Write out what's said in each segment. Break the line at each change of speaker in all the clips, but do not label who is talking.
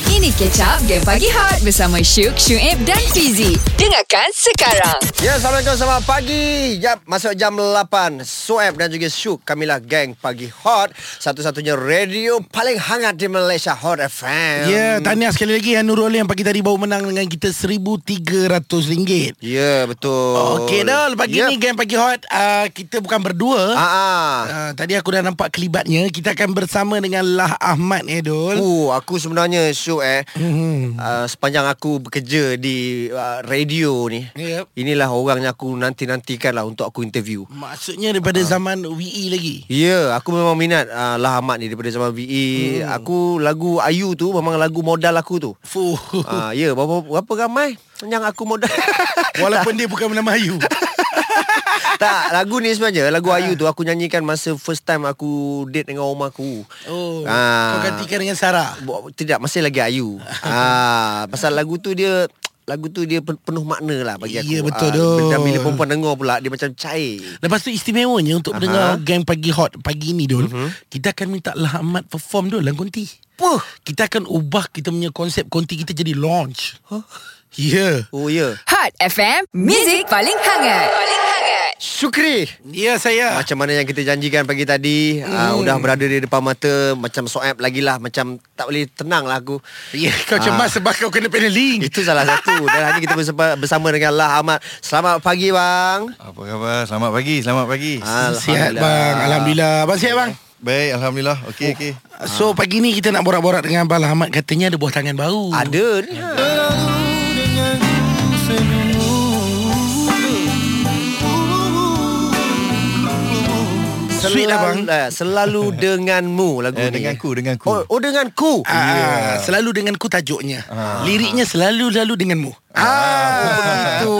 Ini Kecap Game Pagi Hot bersama Syuk, Syuib dan Fizi. Dengarkan sekarang.
Ya, Assalamualaikum, selamat pagi. Yap, masuk jam 8. Sueb dan juga Syuk, kamilah geng pagi hot. Satu-satunya radio paling hangat di Malaysia, Hot FM.
Ya, tahniah sekali lagi yang Nurul yang pagi tadi baru menang dengan kita RM1,300.
Ya, betul.
Okey dah, pagi
Yap.
ni game pagi hot, uh, kita bukan berdua.
Ah, ah.
Uh, tadi aku dah nampak kelibatnya. Kita akan bersama dengan Lah Ahmad eh, Dul.
Uh, aku sebenarnya Syuk eh.
Mhm.
Uh, sepanjang aku bekerja di uh, radio ni
Yep.
Inilah orang yang aku nanti-nantikan lah Untuk aku interview
Maksudnya daripada
Ah.
zaman WE lagi.
Ya, yeah, aku memang minat uh, Lah Ahmad ni daripada zaman VE. Hmm. Aku lagu Ayu tu memang lagu modal aku tu.
Fuh.
Ah, ya, yeah, berapa berapa ramai yang aku modal.
Walaupun dia bukan bernama Ayu.
tak, lagu ni sebenarnya lagu Ayu tu aku nyanyikan masa first time aku date dengan Oma aku.
Oh,
Ah.
kau gantikan dengan Sarah.
Bo- Tidak, masih lagi Ayu. ah, pasal lagu tu dia lagu tu dia pen- penuh makna lah bagi aku.
Ya, betul
Ah,
tu.
Dan bila perempuan dengar pula dia macam cair.
Lepas tu istimewanya untuk
Aha. Mhm.
mendengar game pagi hot pagi ni Dul. Kita akan minta Lah Ahmad perform Dul dalam konti.
Puh.
Kita akan ubah kita punya konsep konti kita jadi launch. Huh? Ya. Yeah.
Oh ya. Yeah.
Hot FM, Music paling hangat. Paling hangat.
Syukri.
Ya yeah, saya.
Macam mana yang kita janjikan pagi tadi mm.
Hmm.
uh, Udah berada di depan mata Macam soap lagi lah Macam tak boleh tenang lah aku
Ya, yeah, kau cemas sebab kau kena paneling.
Itu salah satu Dan hari ni kita bersama, bersama dengan Lah Ahmad Selamat pagi bang
Apa khabar? Selamat pagi, selamat pagi.
Sihat bang. Alhamdulillah. Abang sihat bang?
Baik, alhamdulillah. Okey, okey.
So pagi ni kita nak borak-borak dengan Abang Ahmad katanya ada buah tangan baru.
Ada ni ha.
Sweet lah, bang.
Selalu- eh, Selalu denganmu lagu
Eh,
ni
denganku, denganku.
Oh, oh denganku
Ah, yeah. selalu denganku tajuknya. Liriknya selalu-lalu denganmu.
Ah, tu.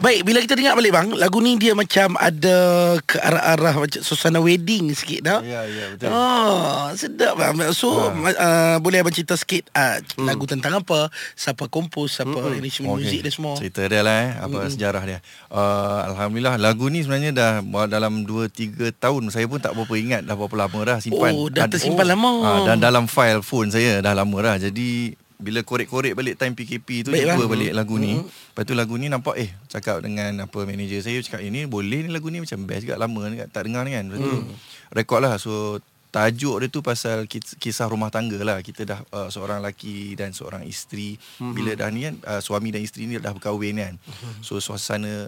Baik, bila kita dengar balik bang, lagu ni dia macam ada ke arah-arah macam suasana wedding sikit dah.
Ya, ya, betul. Ah.
Oh, sedap bang. So, ma- uh, boleh abang cerita sikit uh,
Hmm.
lagu tentang apa, siapa kompos, siapa arrangement muzik dia semua.
Cerita dia lah eh Apa mm-hmm. sejarah dia uh, Alhamdulillah Lagu ni sebenarnya dah ba- Dalam 2-3 tahun Saya pun tak berapa ingat Dah berapa lama dah simpan
Oh, dah
Ada-
tersimpan lama.
Ah, Dan dalam file phone saya Dah lama dah Jadi bila korek-korek balik time PKP tu
Baik,
Baik jumpa
bang.
balik lagu ni Lepas tu lagu ni nampak eh Cakap dengan apa manager saya Cakap ini boleh ni lagu ni macam best juga Lama ni, tak dengar ni kan Lepas tu rekod lah So tajuk dia tu pasal kis- kisah rumah tangga lah kita dah uh, seorang lelaki dan seorang isteri mm-hmm. bila dah ni kan uh, suami dan isteri ni dah berkahwin kan mm-hmm. so suasana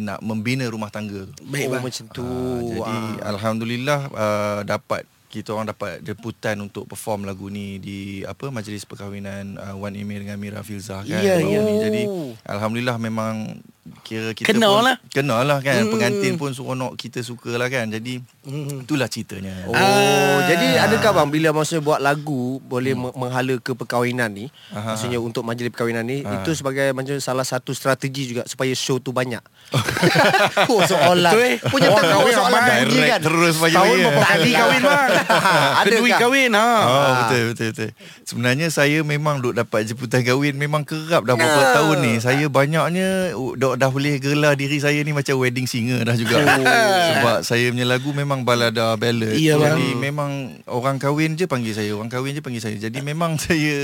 nak membina rumah tangga tu
Baik
oh,
bang.
macam tu.
Ah, jadi
Ah.
alhamdulillah uh, dapat kita orang dapat jemputan untuk perform lagu ni di apa majlis perkahwinan uh, Wan Emir dengan Mira Filzah kan.
Ya,
baru
ya.
ni. Jadi alhamdulillah memang kira kita
Kenal
pun
lah.
kenal lah kan. Pengantin pun seronok kita suka lah kan. Jadi itulah
Ah,
ceritanya.
Oh, jadi adakah bang bila maksudnya buat lagu boleh hmm. menghala ke perkahwinan ni? Aha. Maksudnya untuk majlis perkahwinan ni Aha. itu sebagai macam salah satu strategi juga supaya show tu banyak. oh, soalan.
Betul, eh?
Punya
Orang
tengok
kahwin
soalan
abang.
tinggi kan.
Direct terus pagi
Tahun
pagi, eh.
berapa
Tadi
kali kan?
kahwin bang.
Adakah?
Kedui kahwin ha.
Ah,
Oh betul betul betul. Sebenarnya saya memang duk dapat jemputan kahwin memang kerap dah beberapa yeah. tahun ni. Saya banyaknya uh, dah, dah boleh gelar diri saya ni macam wedding singer dah juga.
Oh.
Sebab saya punya lagu memang balada ballad.
Ya, bang.
Jadi memang orang kahwin je panggil saya, orang kahwin je panggil saya. Jadi memang saya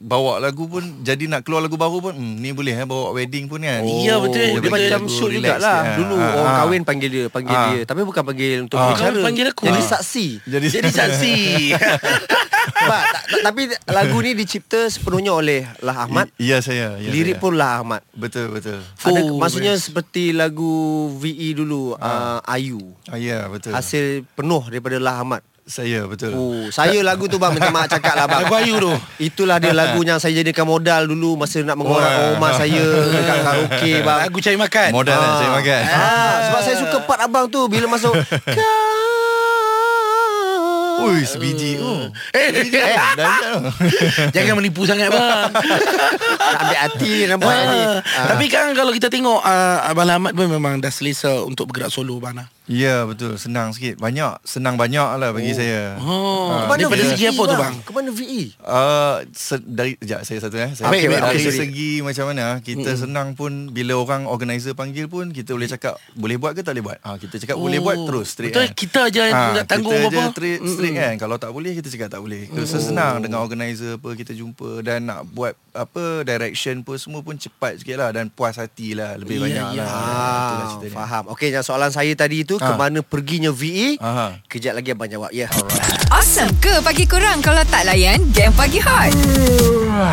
bawa lagu pun jadi nak keluar lagu baru pun hmm, ni boleh eh bawa wedding pun kan.
Oh.
Ya, betul.
Dia,
Dia
dia
bagi
macam
lagu
show
relax
jugalah
dia.
Dulu
Ah,
orang
ah.
kahwin panggil dia Panggil
Ah.
dia Tapi bukan panggil untuk
Ah.
bicara
Jangan panggil aku.
Jadi
Ah.
saksi
Jadi,
Jadi saksi.
Pak, tak- tak- Tapi lagu ni dicipta sepenuhnya oleh Lah Ahmad
Ya saya. Ya,
Lirik
saya.
pun Lah Ahmad
betul betul.
ada,
Oh,
maksudnya seperti lagu VE dulu uh, Ayu
Ah, ya betul.
Hasil penuh daripada Lah Ahmad
saya betul.
Oh, saya lagu tu bang minta maaf cakap lah bang.
Lagu Ayu tu.
Itulah dia lagu yang saya jadikan modal dulu masa nak
Wah.
mengorak rumah saya dekat karaoke bang.
Eh, Lagu cari makan.
Modal ah. saya makan.
Ah, sebab saya suka part abang tu bila masuk Kau.
Ui, sebiji. Oh.
Eh, Jangan menipu sangat bang.
Nak ambil hati ni nampak ni.
Ah. Tapi kan kalau kita tengok uh, Abang Ahmad pun memang dah selesa untuk bergerak solo bang. Nah.
Ya betul Senang sikit Banyak Senang banyak lah bagi oh. saya
Oh,
Ah,
Mana daripada
VE,
segi apa tu, bang?
Kemana VE?
Uh, se- dari sekejap saya satu eh. Saya
Baik, baik,
dari
okey, sorry.
segi macam mana kita mm-hmm. senang pun bila orang organizer panggil pun kita boleh cakap boleh buat ke tak boleh buat. Ha, kita cakap oh, boleh buat terus straight.
Betul
kan.
kita je yang nak tanggung Oh.
kita
apa.
je straight, straight kan. Kalau tak boleh kita cakap tak boleh. Kita senang dengan organizer apa kita jumpa dan nak buat apa direction pun semua pun cepat sikit lah dan puas hati lah
Ya,
lebih banyak
ya.
lah. Itulah
Ah,
cerita dia.
faham. Okey, yang soalan saya tadi itu ha. kemana perginya VE?
Aha.
Ha. Kejap lagi abang jawab. Ya. Yeah.
Awesome ke pagi korang kalau tak layan game pagi hot?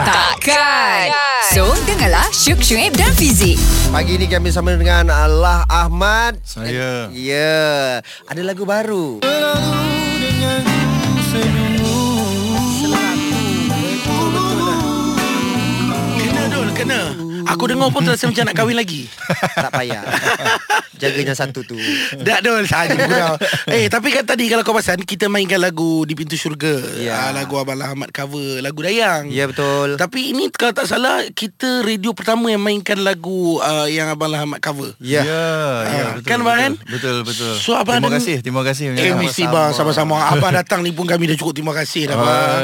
Takkan. So, dengarlah Syuk, Syuib dan Fizik.
Pagi ni kami bersama dengan Allah Ahmad.
Saya.
Ya. Yeah. Ada lagu baru.
Kena dul, kena. Aku dengar pun terasa macam nak kahwin lagi.
tak payah. Jaganya satu tu.
Dah dul saja kau. Eh tapi kan tadi kalau kau perasan kita mainkan lagu di pintu syurga.
Ya.
Ah, lagu Abang Ahmad cover lagu Dayang.
Ya betul.
Tapi ini kalau tak salah kita radio pertama yang mainkan lagu uh, yang Abang Ahmad cover.
Ya,
Ya.
ya,
Ah,
betul,
kan, Abang, kan?
Betul, betul.
So, Abang
terima
ada-
kasih, terima kasih. banyak.
Terima kasih bang Sama-sama Abang datang ni pun Kami dah cukup terima kasih dah bang
Ah.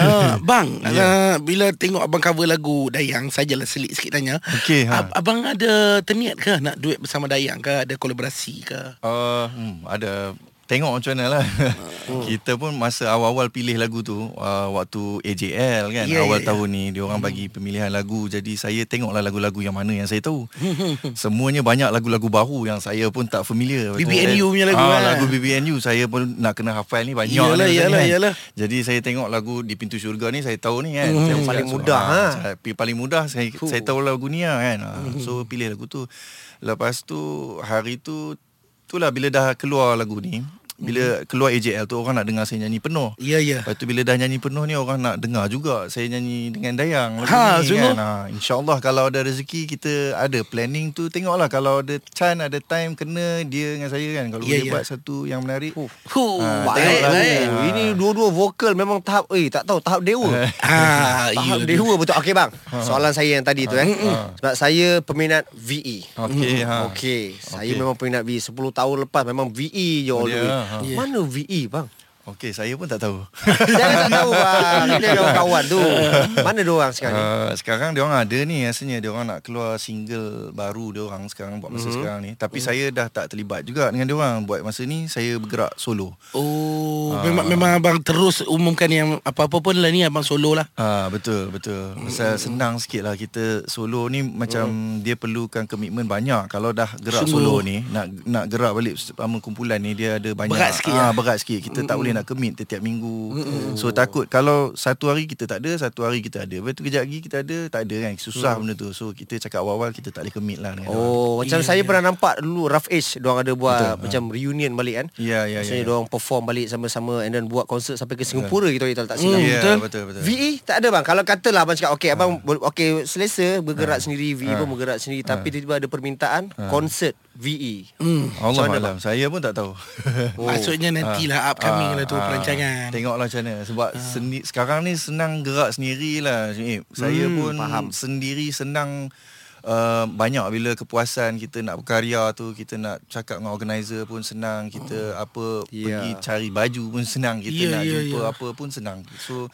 Ah, Bang yeah. Bila tengok abang cover lagu Dayang Sajalah selit sikit tanya
Okey, ha.
Ab- Abang ada terniat ke Nak duet bersama Dayang ke Ada kolaborasi ke
Uh, hmm, ada tengok macam mana lah.
Oh.
Kita pun masa awal-awal pilih lagu tu uh, waktu AJL kan
Ya,
yeah,
ya, ya.
awal yeah, tahun ni dia orang bagi pemilihan lagu jadi saya tengoklah lagu-lagu yang mana yang saya tahu. Semuanya banyak lagu-lagu baru yang saya pun tak familiar.
BBNU punya lagu
Ah,
lah.
lagu BBNU saya pun nak kena hafal ni banyak.
Yalah,
ni
yalah,
kan.
yalah.
Jadi saya tengok lagu di pintu syurga ni saya tahu
Hmm.
ni kan. Saya
paling
cakap,
mudah,
"Ah,
ha."
tapi paling mudah saya Fuh. saya tahu lagu ni lah kan. Ah,
Hmm.
So pilih lagu tu. Lepas tu hari tu itulah bila dah keluar lagu ni, bila keluar AJL tu orang nak dengar saya nyanyi penuh.
Ya Hmm. ya
Lepas tu bila dah nyanyi penuh ni orang nak dengar juga saya nyanyi dengan Dayang lagu
Ha,
ni
sungguh.
kan. Ha, InsyaAllah kalau ada rezeki kita ada planning tu tengoklah kalau ada chance ada time kena dia dengan saya kan. Kalau
Ya,
boleh
ya.
buat satu yang menarik. Oh.
Huh, Baik
Ah,
Baik,
tengoklah.
baik
baik. Ini dua-dua vokal memang tahap eh tak tahu tahap dewa.
Ah,
Tahap
ya.
dewa betul. Okey bang.
Ha.
Soalan saya yang tadi tu eh. Sebab saya peminat VE.
Okey ha.
Okey, saya
Okey.
memang peminat VE 10 tahun lepas memang VE je all the
Ya,
way.
ha.
Yeah. Mana VE bang?
Okey saya pun tak tahu.
Saya tak tahu bang. Ini ada orang kawan tu. Mana dia orang sekarang ni?
Uh, sekarang dia orang ada ni rasanya dia orang nak keluar single baru dia orang sekarang buat
Mhm.
masa mm-hmm. sekarang ni tapi saya dah tak terlibat juga dengan dia orang buat masa ni saya bergerak solo.
Oh
Ah.
memang, memang abang terus umumkan yang Apa-apa pun lah ni Abang solo lah
Ah betul betul.
Mhm.
Pasal senang sikit lah kita solo ni macam dia perlukan komitmen banyak. Kalau dah gerak
Sungguh.
solo ni nak nak gerak balik sama kumpulan ni dia ada banyak
Berat sikit lah.
ah,
Mhm.
berat sikit. Kita tak boleh nak commit tiap-tiap minggu. So takut kalau satu hari kita tak ada, satu hari kita ada. Lepas tu kejap lagi kita ada, tak ada kan. Susah
Mhm.
benda tu. So kita cakap awal-awal kita tak boleh commit lah dengan dia orang.
Oh, macam saya pernah nampak dulu Rough Edge diorang ada buat Betul, macam reunion balik kan.
Ya, ya, ya,
Maksudnya
ya.
diorang perform balik sama-sama and then buat konsert sampai ke Singapura gitu kalau tak silap.
Ya,
Hmm, betul.
betul betul. Ha.
VE tak ada bang. Kalau katalah abang cakap okey abang boleh- okey selesa bergerak sendiri, VE pun bergerak sendiri tapi
Ha.
tiba-tiba ada permintaan konsert E. VE.
Allah Alam. Saya pun tak tahu.
oh.
ah.
Maksudnya nantilah Upcoming lah tu perancangan Ah.
Tengoklah macam mana Sebab sendi, sekarang ni senang gerak sendirilah Syuib. Saya hmm, pun faham. sendiri senang uh, Banyak bila kepuasan kita nak berkarya tu Kita nak cakap dengan organizer pun senang Kita apa
Ya.
pergi cari baju pun senang Kita
Ya,
nak
ya,
jumpa
ya.
apa pun senang So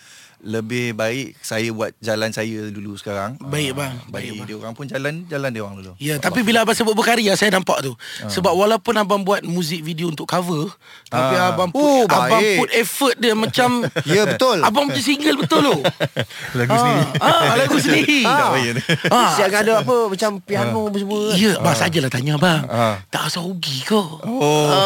lebih baik saya buat jalan saya dulu sekarang
Baik,
Ah,
bang. Baik,
Bagi
bang.
dia orang pun jalan Jalan dia orang dulu
Ya, tapi bila abang sebut berkarya saya nampak tu.
Ah.
Sebab walaupun abang buat muzik video untuk cover, tapi
Ah.
abang put
Oh,
abang
baik.
put effort dia macam
Ya, betul.
Abang macam single betul tu.
Lagu sendiri
Ah, lagu sendiri.
Tak
Ah.
payah Ha.
Ah. Siap ada apa macam piano apa semua. kan?
Ya, abang sajalah tanya abang.
Ah.
Tak asal rugi ke?
Oh.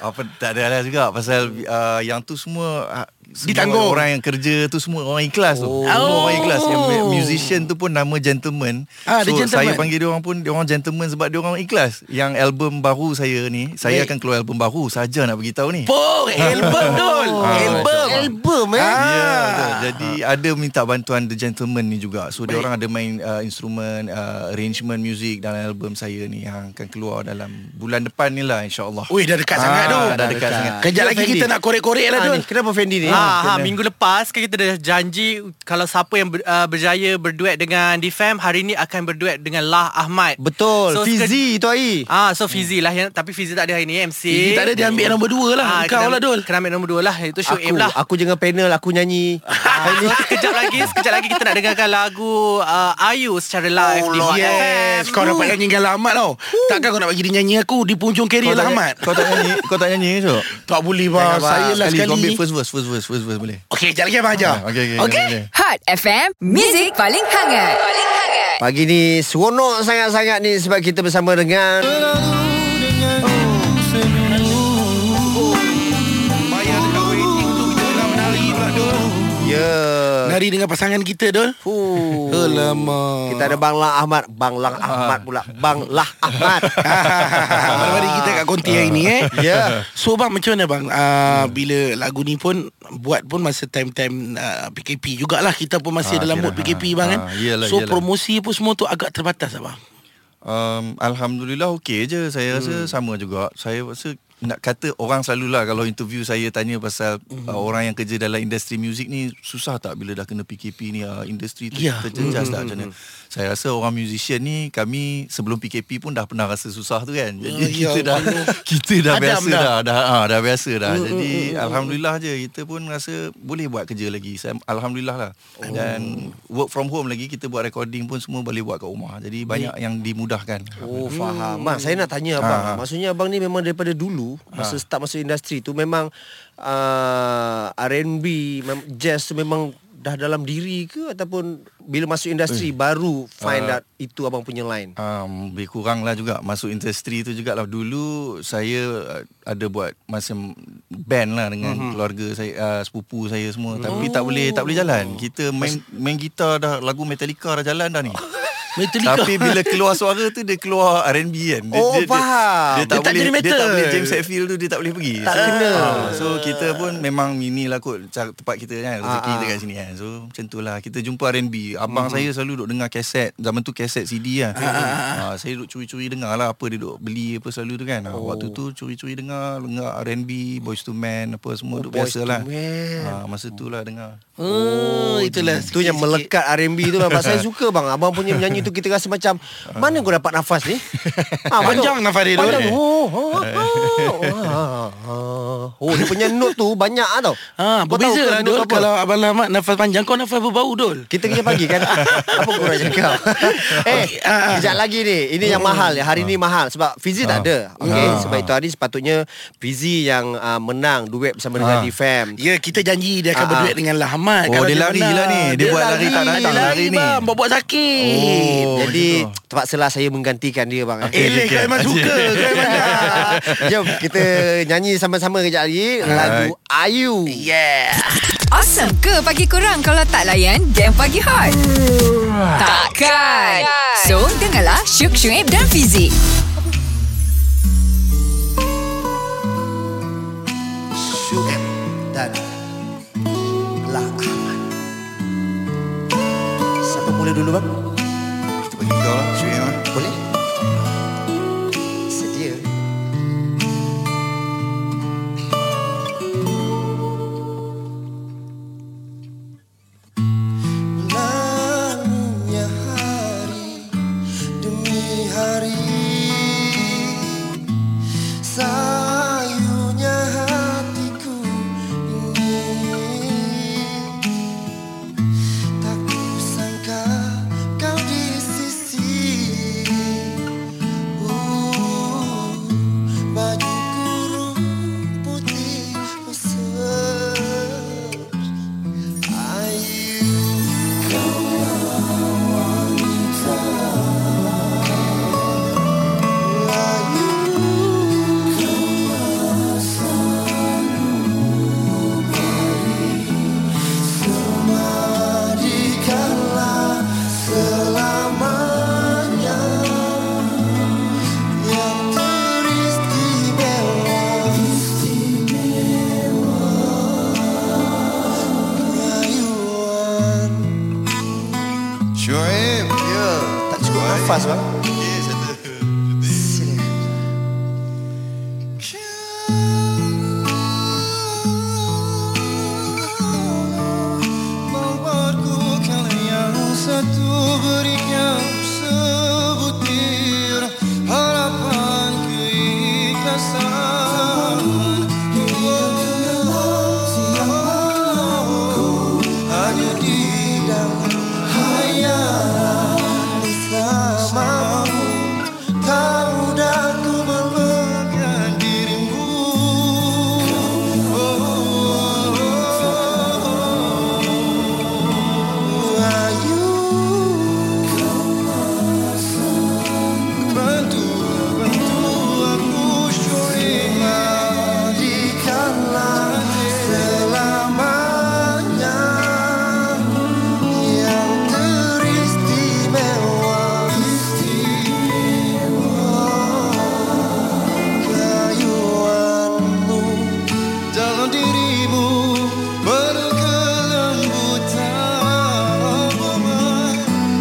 Apa tak ada lah juga pasal uh, yang tu semua ah, semua
Ditanggung.
orang yang kerja tu semua orang ikhlas tu. Oh. Semua
Oh.
orang ikhlas. Yang mu- musician tu pun nama gentleman.
Ah, dia
so
gentleman.
saya panggil dia orang pun dia orang gentleman sebab dia orang ikhlas. Yang album baru saya ni, saya
Baik.
akan keluar album baru saja nak beritahu ni.
Pong, album dul.
Ah,
Album. Ah.
Album eh.
Ya, betul. Jadi ada minta bantuan The Gentleman ni juga. So dia orang ada main uh, instrumen uh, arrangement music dalam album saya ni yang akan keluar dalam bulan depan ni lah insya-Allah.
Ui dah dekat sangat
Ah,
tu.
Dah dekat sangat.
Kejap
Ya,
lagi
Fendi.
kita nak korek-korek lah
Ah,
tu.
ni, kenapa Fendi ni?
Ha, ha, minggu lepas kan kita dah janji kalau siapa yang ber, uh, berjaya berduet dengan Difam hari ni akan berduet dengan Lah Ahmad.
Betul.
So,
Fizi tu ai.
Ah, so Fizi lah yang, tapi Fizi tak ada hari ni MC.
Fizi tak ada, dia ambil nombor dua
Ah,
lah. Kau
kena-
lah, Dul. ah,
Kena ambil nombor dua lah itu Shoaib
Aku,
lah.
aku jangan panel, aku nyanyi.
Ah, so sekejap lagi sekejap lagi kita nak dengarkan lagu uh, Ayu secara
Ah,
live di Hot
Oh, Yes
FM.
Kau dapat nyanyi dengan Lahmat tau Takkan kau nak bagi dia nyanyi aku Di punjung
Kau
kerja
tak-
Lahmat
Kau tak nyanyi, kau tak nyanyi esok.
Tak boleh bang Saya lah
Kau ambil
sekali
first verse, first verse, first verse boleh.
Okey sekejap lagi abang ajar
Ah, okey, okey,
Okey
boleh.
Hot FM, Music paling hangat. Paling hangat.
Pagi ni seronok sangat-sangat ni sebab kita bersama dengan
Bayar dekat waiting tu Kita tengah menari pula Dul
Ah.
ya.
Menari dengan pasangan kita Dul
Fuh.
Alamak
Kita ada Bang Lang Ahmad, Bang Lang
Ah.
Ahmad pula, Bang Lah Ahmad.
Mari kita kat konti hari ni eh
Ya.
So bang macam mana bang uh, Bila lagu ni pun Buat pun masa time-time uh, PKP jugalah Kita pun masih
Ah,
dalam
okey
mood
lah.
PKP bang kan
Ah, iyalah,
So
iyalah.
promosi pun semua tu agak terbatas ah, abang
Um, Alhamdulillah okey je Saya
Hmm.
rasa sama juga Saya rasa nak kata orang selalulah kalau interview saya tanya pasal
Hmm.
mm-hmm. uh, orang yang kerja dalam industri muzik ni susah tak bila dah kena PKP ni uh, industri ter-
Ya.
terjejas mm-hmm. tak macam mana saya rasa orang musician ni kami sebelum PKP pun dah pernah rasa susah tu kan jadi
Ya, ya,
kita dah kita dah
Adam
biasa
dah.
dah dah ha, dah biasa dah jadi alhamdulillah je kita pun rasa boleh buat kerja lagi saya, alhamdulillah lah dan work from home lagi kita buat recording pun semua boleh buat kat rumah jadi banyak yang dimudahkan
Oh
Hmm.
faham. Mak saya nak tanya abang.
Ha, ha.
Maksudnya abang ni memang daripada dulu
Ah.
masa start masuk industri tu memang uh, R&B, mem- jazz tu memang dah dalam diri ke ataupun bila masuk
Eh.
industri baru
Ah.
find out itu abang punya line.
Um, lebih kurang lah juga Masuk industri tu jugalah Dulu saya uh, ada buat Macam band lah dengan mm-hmm. keluarga saya uh, Sepupu saya semua oh. Tapi tak boleh tak boleh jalan Kita main, main gitar dah Lagu Metallica dah jalan dah ni
Metallica
Tapi bila keluar suara tu Dia keluar R&B kan dia,
Oh,
dia,
faham.
Dia, dia, Ah, tak,
Dia tak jadi
boleh, dia tak
metal.
boleh James Hetfield tu Dia tak boleh pergi Tak so,
kena.
ah, So kita pun memang Mini lah kot cara- Tempat kita kan Rezeki kita kat sini kan So macam tu lah Kita jumpa R&B Abang saya selalu duk dengar kaset Zaman tu kaset CD lah ah, Saya duk curi-curi dengar lah Apa dia duk beli Apa selalu tu kan Ah, Waktu tu curi-curi dengar Dengar R&B Boyz II Men Apa semua duk
Boyz II
biasa lah
Men.
Ah, Masa tu lah dengar
Oh, itulah
Tu yang melekat R&B tu memang saya suka bang. Abang punya menyanyi tu kita rasa macam mana kau dapat nafas ni? Ha,
Panjang nafas dia tu.
Panjang. Oh, oh, oh, oh, oh. oh, dia punya note tu banyak ah tau.
Ha,
Kau
berbeza
tahu ke
lah
note
Dul
apa?
Kalau Abang Lahmat nafas panjang Kau nafas berbau Dul
kita kerja pagi kan Apa kau nak cakap Eh
ah,
Kejap lagi ni Ini yang mahal ya. Hari ni mahal Sebab Fizi tak ada Okay
Ah.
Sebab itu hari sepatutnya Fizi yang uh, menang Duet bersama dengan
Ah.
Difam
Ya kita janji dia akan
Ah,
berduet dengan Lahmat
Oh, dia lari lah ni. Dia buat lari tak datang
lari
hari ni.
bang, Buat-buat sakit
Oh,
Jadi
macam
terpaksalah saya menggantikan dia bang
Eh, Eleh
okey.
kau memang suka Kau memang nak.
Jom kita nyanyi sama-sama kejap lagi Lagu Ayu
Yeah
Awesome ke pagi korang kalau tak layan game pagi hot? Takkan. So, dengarlah Syuk Syuib dan Fizik.
Syuib dan Lah Ahmad Siapa mula dulu bang?
Kita bagi kau lah Syuib lah
Boleh? Sedia
Lamanya hari demi hari Sayunya hatiku ini Tak kusangka kau di sisi Oh, ya.
fast bang.
Membuatku kalian satu berikan sebutir harapan keikhlasan. Ku ada di dalam hayalan bersamamu. Tahu dah ku memegang dirimu. Dalam dirimu penuh kelembutan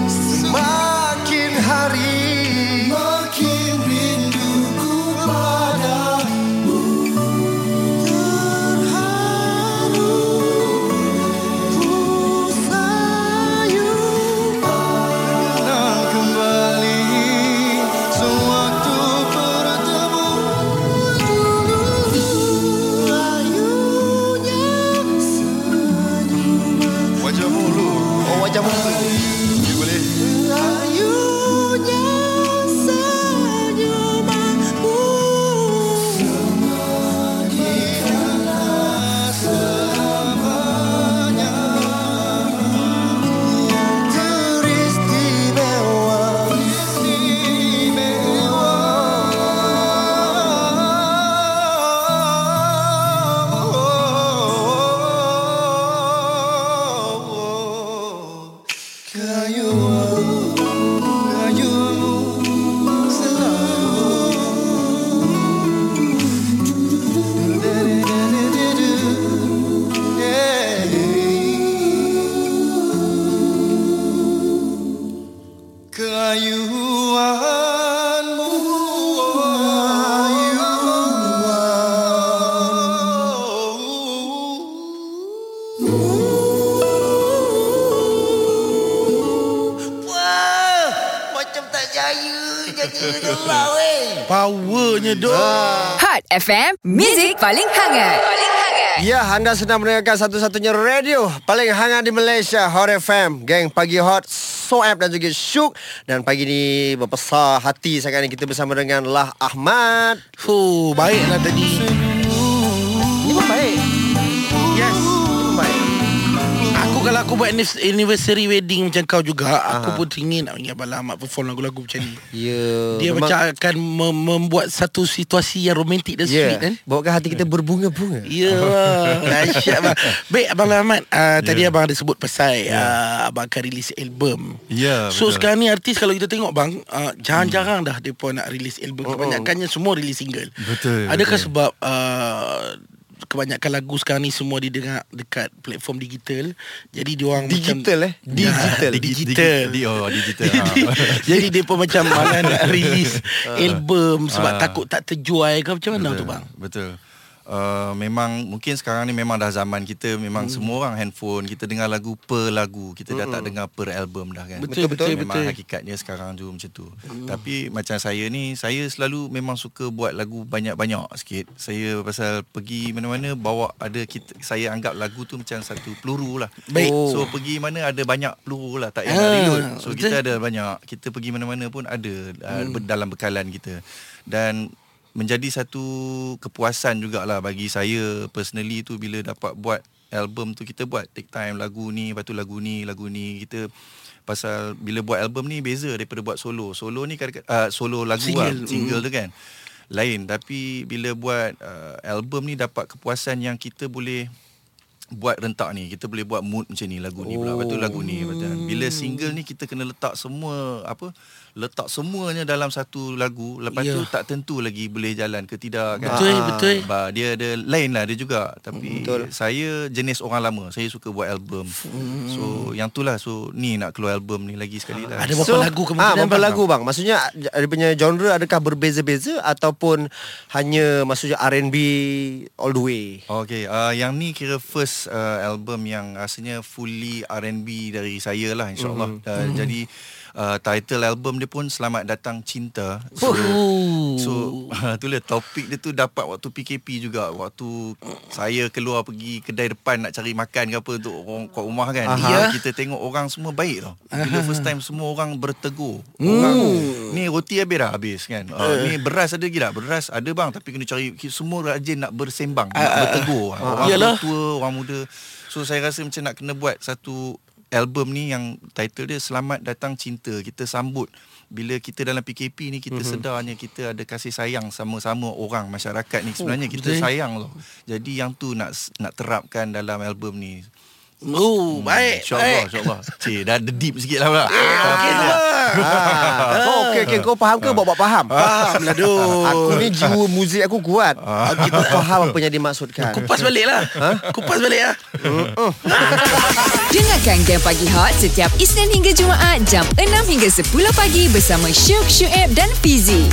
Semakin hari makin rinduku padamu Terharu ku sayang Menang kembali sewaktu pertemuan dulu Layunya senyuman
Wajahmu lu
Oh wajah muka.
You boleh
Layunya senyumanmu Semadikanlah selamanya Yang teristimewa Istimewa Kayuan Kayuanmu selalu Du-du-du-du-du-du-du. Yeah. Kayuanmu
Wah, macam tak jaya jadi gelap weh.
Powernya doh.
Hot FM, Music paling hangat. Paling hangat.
Ya, anda sedang mendengarkan satu-satunya radio paling hangat di Malaysia, Hot FM. Geng Pagi Hot, Soap dan juga Syuk. Dan pagi ni berbesar hati sangat ni kita bersama dengan Lah Ahmad.
Fuh, baiklah tadi.
Ini pun baik.
Yes.
Ini pun baik.
Aku kalau aku buat anniv- anniversary wedding macam kau juga, aku pun teringin nak ingat Bala Ahmad perform lagu-lagu macam ni.
Ya,
Dia
memang-
macam akan mem- membuat satu situasi yang romantik dan
Ya,
yeah. sweet kan.
Bawakan hati kita berbunga-bunga.
Ya Dahsyat bang Baik Abang Ahmad
Ya.
uh, yeah. Tadi abang ada sebut pasal yeah. uh, Abang akan release album
Ya,
So
betul. Hmm.
sekarang ni artis Kalau kita tengok bang uh, Jarang-jarang dah Mereka nak release album Kebanyakannya semua release single
Oh, Betul,
Adakah
betul.
sebab uh, Kebanyakan lagu sekarang ni Semua didengar Dekat platform digital Jadi diorang
Digital,
macam,
eh? Digital.
Ya, Digital
Digi- oh, digital.
Jadi, jadi mereka macam Malah nak release Album Sebab
Ah.
takut tak terjual ke Macam mana
betul,
tu bang
Betul. Uh, memang mungkin sekarang ni memang dah zaman kita memang hmm. semua orang handphone kita dengar lagu per lagu kita dah tak dengar per album dah kan
Hmm. Betul, betul,
memang
betul.
hakikatnya sekarang tu macam tu hmm. tapi macam saya ni saya selalu memang suka buat lagu banyak-banyak sikit saya pasal pergi mana-mana bawa ada kita, saya anggap lagu tu macam satu peluru lah
Baik.
oh. so pergi mana ada banyak peluru lah tak
Ah,
payah nak reload so
betul.
kita ada banyak kita pergi mana-mana pun ada uh, hmm. dalam bekalan kita dan menjadi satu kepuasan jugalah bagi saya personally tu bila dapat buat album tu kita buat take time lagu ni lepas tu lagu ni lagu ni kita pasal bila buat album ni beza daripada buat solo solo ni kadang uh, solo lagu
Single. Hmm.
lah, single tu kan ah, lain tapi bila buat uh, album ni dapat kepuasan yang kita boleh buat rentak ni kita boleh buat mood macam ni lagu ni pula lepas tu lagu ni lepas tu bila
Hmm.
single ni kita kena letak semua apa letak semuanya dalam satu lagu lepas yeah. tu
Ya.
tak tentu lagi boleh jalan ke tidak kan
Betul, betul.
Ba, dia ada lain lah dia juga tapi betul. saya jenis orang lama saya suka buat album
Hmm.
so yang tu lah so ni nak keluar album ni lagi sekali lah
Ada berapa lagu
ah,
kemungkinan
Berapa
bang?
lagu bang Maksudnya Dia punya genre Adakah berbeza-beza Ataupun Hanya Maksudnya R&B All the way
Okay, uh, yang ni kira first uh, album yang rasanya fully R&B dari saya lah insyaAllah. Mm-hmm. Uh, mm-hmm. Jadi uh, title album dia pun Selamat Datang Cinta. So, so uh, tu lah topik dia tu dapat waktu PKP juga. Waktu saya keluar pergi kedai depan nak cari makan ke apa untuk orang kat rumah kan.
Aha.
Uh, kita tengok orang semua baik tau. Bila first time semua orang bertegur. Orang ni roti habis dah habis kan. Uh, ni beras ada lagi tak? Beras ada bang tapi kena cari semua rajin nak bersembang, nak bertegur. Orang
Yalah.
tua, orang muda. So saya rasa macam nak kena buat satu album ni yang title dia Selamat Datang Cinta. Kita sambut bila kita dalam PKP ni
Mhm.
kita mm-hmm. sedarnya kita ada kasih sayang sama-sama orang masyarakat ni sebenarnya oh, kita
betul.
sayang loh. Jadi yang tu nak nak terapkan dalam album ni.
Oh, baik.
Hmm, InsyaAllah,
baik. Ah.
insyaAllah. Cik, dah ada deep sikit lah pula.
Okay lah ah, Kau okay, okay Kau faham ke Bawa-bawa faham
Faham lah Ah. doh.
Aku ni jiwa muzik aku kuat Kita faham apa yang dimaksudkan
Kupas balik lah. Kupas balik lah.
Dengarkan Game Pagi Hot setiap Isnin hingga Jumaat jam 6 hingga 10 pagi bersama Syuk, Syuib dan Fizi.